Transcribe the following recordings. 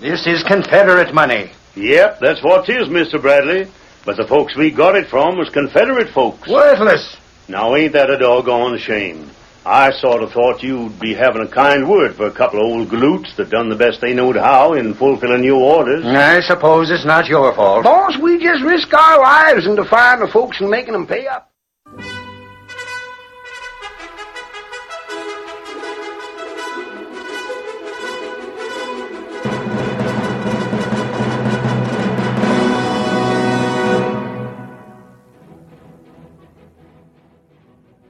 This is Confederate money. Yep, that's what 'tis, Mr. Bradley. But the folks we got it from was Confederate folks. Worthless. Now, ain't that a doggone shame? I sort of thought you'd be having a kind word for a couple of old galoots that done the best they knowed how in fulfilling your orders. I suppose it's not your fault. Boss, we just risk our lives in defying the folks and making them pay up.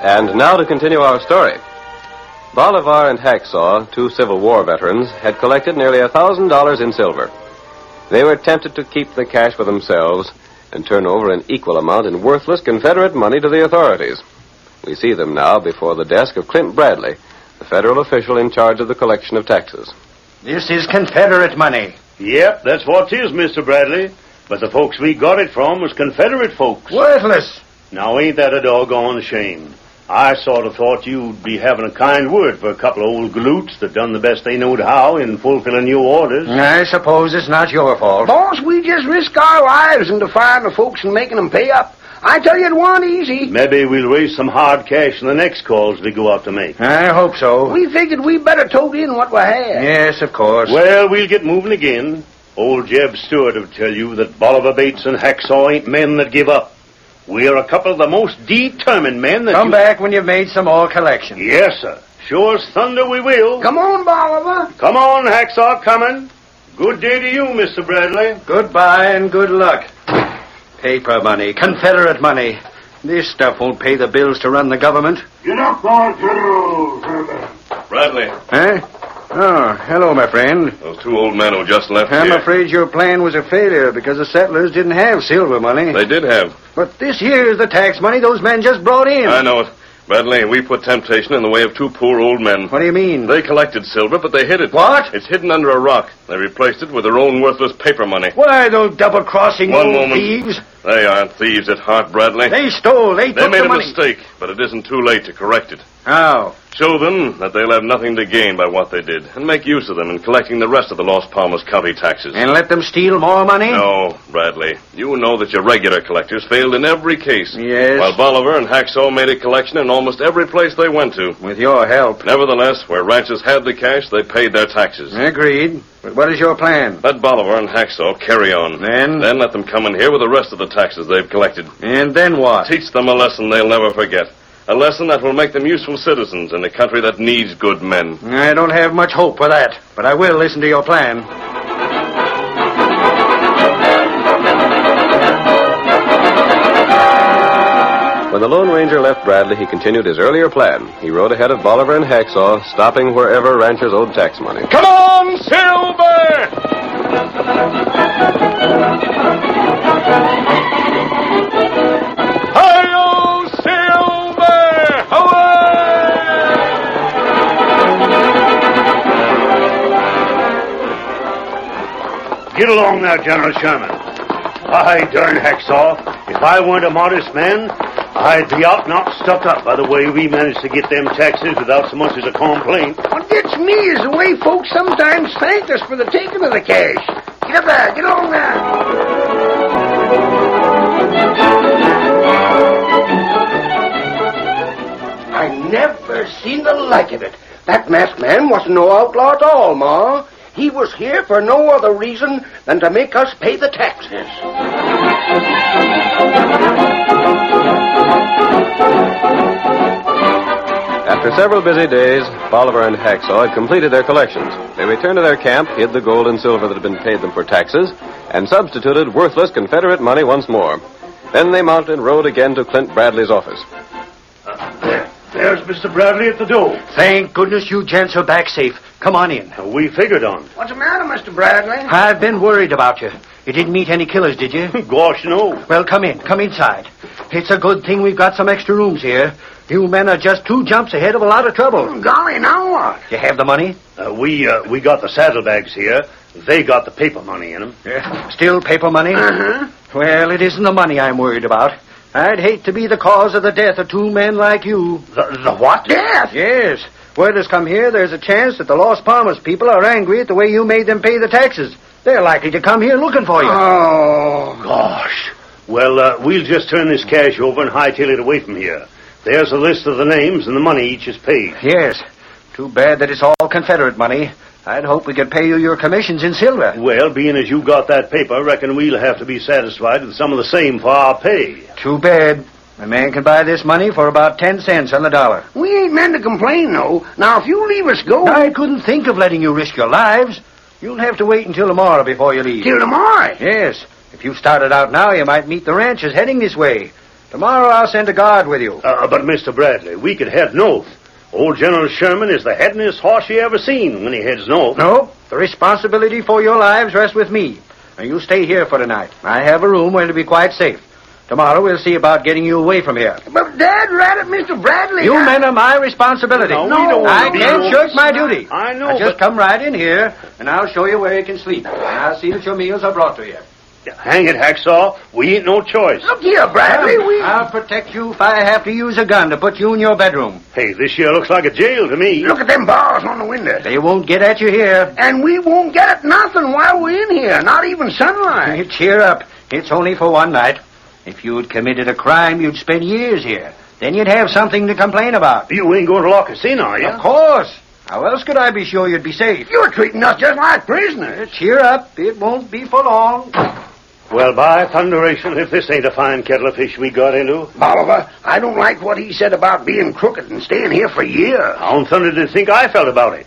And now to continue our story. Bolivar and Hacksaw, two Civil War veterans, had collected nearly a $1,000 in silver. They were tempted to keep the cash for themselves and turn over an equal amount in worthless Confederate money to the authorities. We see them now before the desk of Clint Bradley, the federal official in charge of the collection of taxes. This is Confederate money. Yep, that's what 'tis, Mr. Bradley. But the folks we got it from was Confederate folks. Worthless. Now, ain't that a doggone shame? I sort of thought you'd be having a kind word for a couple of old galoots that done the best they knowed how in fulfilling your orders. I suppose it's not your fault. Boss, we just risk our lives in defying the folks and making them pay up. I tell you, it wasn't easy. Maybe we'll raise some hard cash in the next calls we go out to make. I hope so. We figured we better tote in what we had. Yes, of course. Well, we'll get moving again. Old Jeb Stewart will tell you that Bolivar Bates and Hacksaw ain't men that give up. We're a couple of the most determined men that Come you- back when you've made some more collection. Yes, sir. Sure as thunder we will. Come on, Bolivar. Come on, Hacksaw, coming. Good day to you, Mr. Bradley. Goodbye and good luck. Paper money, Confederate money. This stuff won't pay the bills to run the government. Get up, all General. Bradley, Huh? eh? Oh, hello, my friend. those two old men who just left I'm here. afraid your plan was a failure because the settlers didn't have silver money. They did have. But this here's the tax money those men just brought in. I know it. Bradley, we put temptation in the way of two poor old men. What do you mean? They collected silver, but they hid it. What? It's hidden under a rock. They replaced it with their own worthless paper money. Why, those double crossing One old moment. thieves? They aren't thieves at heart, Bradley. They stole. They, They took made the a money. Oh, mistake, but it isn't too late to correct it. How? Show them that they'll have nothing to gain by what they did, and make use of them in collecting the rest of the Los Palmas County taxes. And let them steal more money? No, Bradley. You know that your regular collectors failed in every case. Yes. While Bolivar and Hacksaw made a collection in almost every place they went to. With your help. Nevertheless, where ranchers had the cash, they paid their taxes. Agreed. But what is your plan? Let Bolivar and Hacksaw carry on. Then? Then let them come in here with the rest of the taxes they've collected. And then what? Teach them a lesson they'll never forget. A lesson that will make them useful citizens in a country that needs good men. I don't have much hope for that, but I will listen to your plan. When the Lone Ranger left Bradley, he continued his earlier plan. He rode ahead of Bolivar and Hacksaw, stopping wherever ranchers owed tax money. Come on, Silver! Get along now, General Sherman. By darn hacksaw, if I weren't a modest man, I'd be out and out stuck up by the way we managed to get them taxes without so much as a complaint. What gets me is the way folks sometimes thank us for the taking of the cash. Get up there, get along there. I never seen the like of it. That masked man wasn't no outlaw at all, Ma. He was here for no other reason than to make us pay the taxes. After several busy days, Bolivar and Hacksaw had completed their collections. They returned to their camp, hid the gold and silver that had been paid them for taxes, and substituted worthless Confederate money once more. Then they mounted and rode again to Clint Bradley's office. There, there's Mr. Bradley at the door. Thank goodness you gents are back safe. Come on in. We figured on. What's the matter, Mr. Bradley? I've been worried about you. You didn't meet any killers, did you? Gosh, no. Well, come in. Come inside. It's a good thing we've got some extra rooms here. You men are just two jumps ahead of a lot of trouble. Golly, now what? You have the money? Uh, we uh, we got the saddlebags here. They got the paper money in them. Still paper money? Uh-huh. Well, it isn't the money I'm worried about. I'd hate to be the cause of the death of two men like you. The, the what? Death? Yes. Word has come here there's a chance that the Los Palmas people are angry at the way you made them pay the taxes. They're likely to come here looking for you. Oh. Gosh. Well, uh, we'll just turn this cash over and hightail it away from here. There's a list of the names and the money each is paid. yes. Too bad that it's all Confederate money. I'd hope we could pay you your commissions in silver. Well, being as you got that paper, I reckon we'll have to be satisfied with some of the same for our pay. Too bad. A man can buy this money for about ten cents on the dollar. We ain't meant to complain, though. Now, if you leave us Oh. go I couldn't think of letting you risk your lives. You'll have to wait until tomorrow before you leave. till tomorrow. Uh, Yes. If you started out now, you might meet the ranchers heading this way. Tomorrow I'll send a guard with you. Uh, but, Mr. Bradley, we could head north. Old General Sherman is the headinest horse you ever seen when he heads north. No, the responsibility for your lives rests with me. Now you stay here for tonight. I have a room where it'll be quite safe. Tomorrow we'll see about getting you away from here. But Dad ran at Mr. Bradley. You men are my responsibility. No, we don't I want to be can't rogues. shirk my duty. I know, Now just but- come right in here, and I'll show you where you can sleep. And I'll see that your meals are brought to you. Hang it, Hacksaw. We ain't no choice. Look here, Bradley. Come. We I'll protect you if I have to use a gun to put you in your bedroom. Hey, this here looks like a jail to me. look at them bars on the window. They won't get at you here. And we won't get at nothing while we're in here. Not even sunlight. Cheer up. It's only for one night. If you'd committed a crime, you'd spend years here. Then you'd have something to complain about. You ain't going to lock us in, are you? Of course. How else could I be sure you'd be safe? You're treating us just like prisoners. Cheer up. It won't be for long. Well, by thunderation, if this ain't a fine kettle of fish we got eh, into, Bolivar, I don't like what he said about being crooked and staying here for years. how in thunder did you think I felt about it?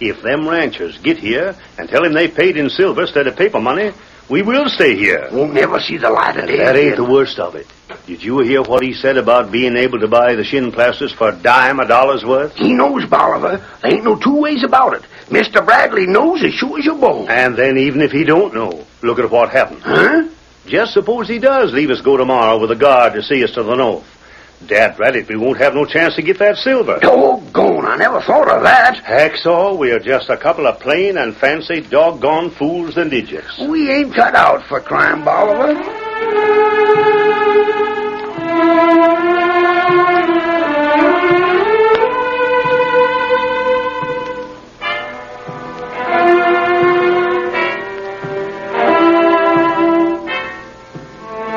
If them ranchers get here and tell him they paid in silver instead of paper money, we will stay here. We'll never see the light of day. That ain't the worst of it. Did you hear what he said about being able to buy the shin plasters for a dime a dollar's worth? He knows, Bolivar. There ain't no two ways about it. Mr. Bradley knows as sure as your bone. And then even if he don't know, look at what happened. Huh? Just suppose he does leave us go tomorrow with a guard to see us to the north. Dad it, we won't have no chance to get that silver. Doggone, Oh, I never thought of that. Hacksaw, we are just a couple of plain and fancy doggone fools and idiots. We ain't cut out for crime, Bolivar.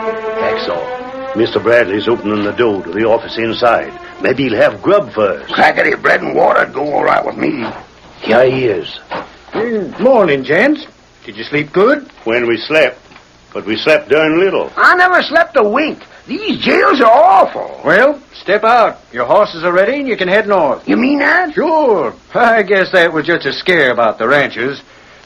Hacksaw, Mr. Bradley's opening the door to the office inside. Maybe he'll have grub first. Crackety bread and water'd go all right with me. Here he is. Morning, gents. Did you sleep good? When we slept, but we slept darn little. I never slept a wink. These jails are awful. Well, step out. Your horses are ready and you can head north. You mean that? Sure. I guess that was just a scare about the ranchers.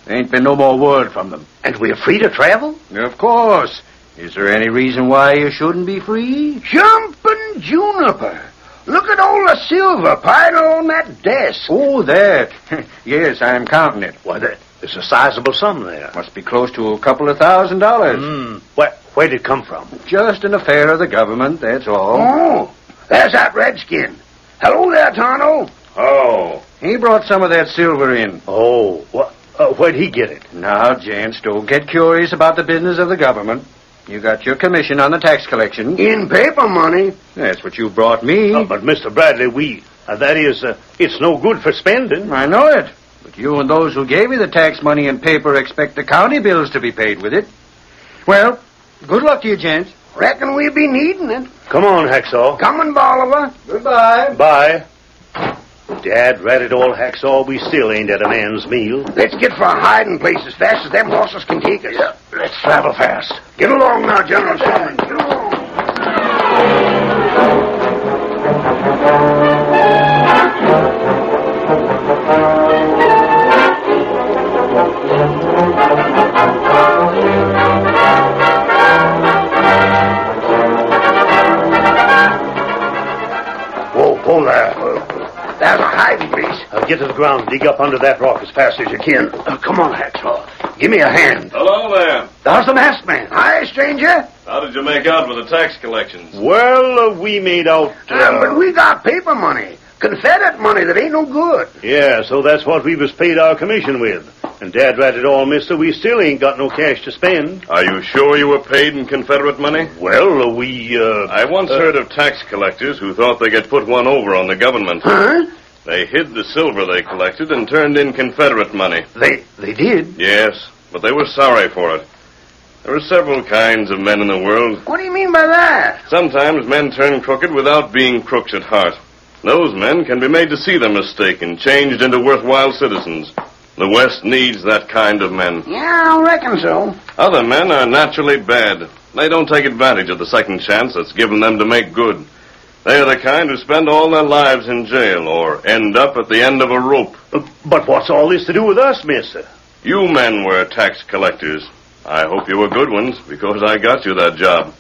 There ain't been no more word from them. And we're free to travel? Of course. Is there any reason why you shouldn't be free? Jumping juniper. Look at all the silver piled on that desk. Oh, that. yes, I'm counting it. Why, there- there's a sizable sum there. Must be close to a couple of thousand dollars. Mm. Hmm. Where, where'd it come from? Just an affair of the government, that's all. Oh, there's that redskin. Hello there, Tonto. Oh, He brought some of that silver in. Oh, what? Uh, where'd he get it? Now, gents, don't get curious about the business of the government. You got your commission on the tax collection. In paper money. That's what you brought me. Uh, but, Mr. Bradley, we. Uh, that is, uh, it's no good for spending. I know it. But you and those who gave you the tax money and paper expect the county bills to be paid with it. Well, good luck to you, gents. Reckon we'll be needing it. Come on, Hacksaw. Coming, Bolivar. Goodbye. Bye. Dad, rat it all, Hacksaw, we still ain't at a man's meal. Let's get for a hiding place as fast as them horses can take us. Let's travel fast. Get along now, General Sherman. Get along. Whoa, whoa there. There's a hiding place. Uh, get to the ground, dig up under that rock as fast as you Ken, can. uh, come on, Hacksaw. Give me a hand. Hello there. There's the masked man. Hi, stranger. How did you make out with the tax collections? Well, uh, we made out. Uh, Uh, but we got paper money. Confederate money that ain't no good. Yeah, so that's what we was paid our commission with. And Dad, rat it all, mister, we still ain't got no cash to spend. Are you sure you were paid in Confederate money? Well, uh, we, uh. I once heard of tax collectors who thought they could put one over on the government. Huh? They hid the silver they collected and turned in Confederate money. They they did. Yes, but they were sorry for it. There are several kinds of men in the world. What do you mean by that? Sometimes men turn crooked without being crooks at heart. Those men can be made to see their mistake and changed into worthwhile citizens. The West needs that kind of men. Yeah, I reckon so. Other men are naturally bad. They don't take advantage of the second chance that's given them to make good. They are the kind who spend all their lives in jail or end up at the end of a rope. Uh, But what's all this to do with us, mister? You men were tax collectors. I hope you were good ones, because I got you that job.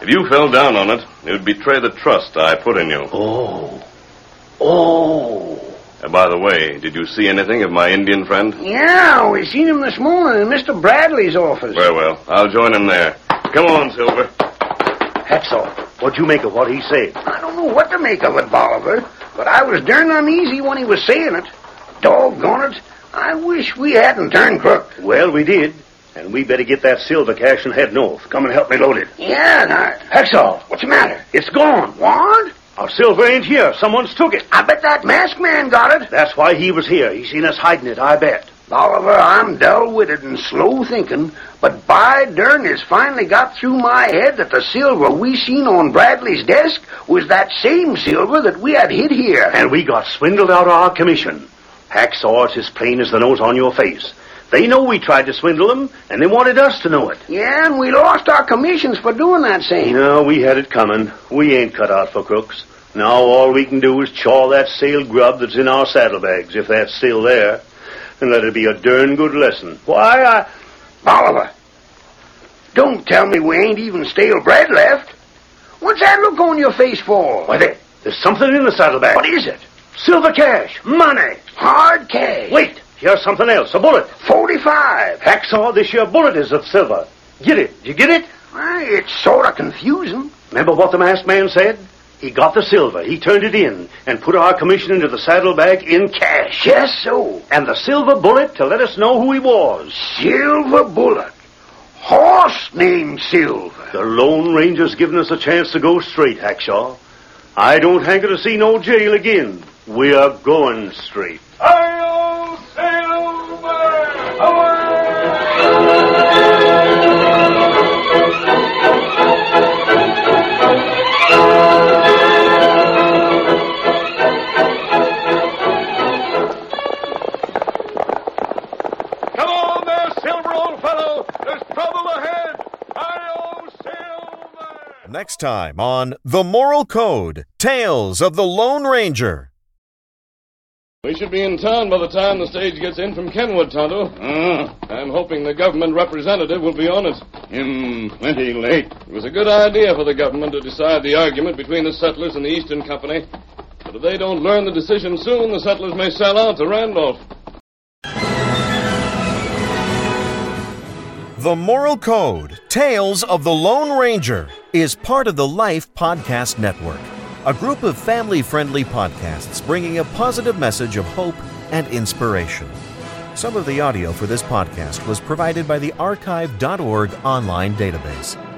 If you fell down on it, it would betray the trust I put in you. Oh. Oh. Uh, by the way, did you see anything of my Indian friend? Yeah, we seen him this morning in Mr. Bradley's office. Very well. I'll join him there. Come on, Silver. Hacksaw, what'd you make of what he said? I don't know what to make of it, Bolivar, but I was darn uneasy when he was saying it. Doggone it. I wish we hadn't turned crook. Well, we did. And we better get that silver cash and head north. Come and help me load it. Yeah, and I... Hexall, what's the matter? It's gone. What? Our silver ain't here. Someone's took it. I bet that masked man got it. That's why he was here. He seen us hiding it, I bet. Bolivar, I'm dull-witted and slow thinking, but by darn it's finally got through my head that the silver we seen on Bradley's desk was that same silver that we had hid here. And we got swindled out of our commission. Hacksaw, it's as plain as the nose on your face. They know we tried to swindle them, and they wanted us to know it. Yeah, and we lost our commissions for doing that same. No, we had it coming. We ain't cut out for crooks. Now all we can do is chaw that stale grub that's in our saddlebags, if that's still there, and let it be a darn good lesson. Why, I... Bolivar, don't tell me we ain't even stale bread left. What's that look on your face for? Why, there, there's something in the saddlebag. What is it? Silver cash. Money. Hard cash. Wait, here's something else. A bullet. 45. Hacksaw, this here bullet is of silver. Get it. You get it? Why, it's sort of confusing. Remember what the masked man said? He got the silver. He turned it in and put our commission into the saddlebag in cash. Just so. And the silver bullet to let us know who he was. Silver bullet. Horse named Silver. The Lone Ranger's given us a chance to go straight, Hackshaw. I don't hanker to see no jail again. We are going straight. Come on there, Silver, old fellow. There's trouble ahead. I Silver. Next time on The Moral Code Tales of the Lone Ranger. We should be in town by the time the stage gets in from Kenwood, Tonto. I'm hoping the government representative will be on it. Him plenty late. It was a good idea for the government to decide the argument between the settlers and the Eastern Company. But if they don't learn the decision soon, the settlers may sell out to Randolph. The Moral Code Tales of the Lone Ranger is part of the Life Podcast Network, a group of family friendly podcasts bringing a positive message of hope and inspiration. Some of the audio for this podcast was provided by the archive.org online database.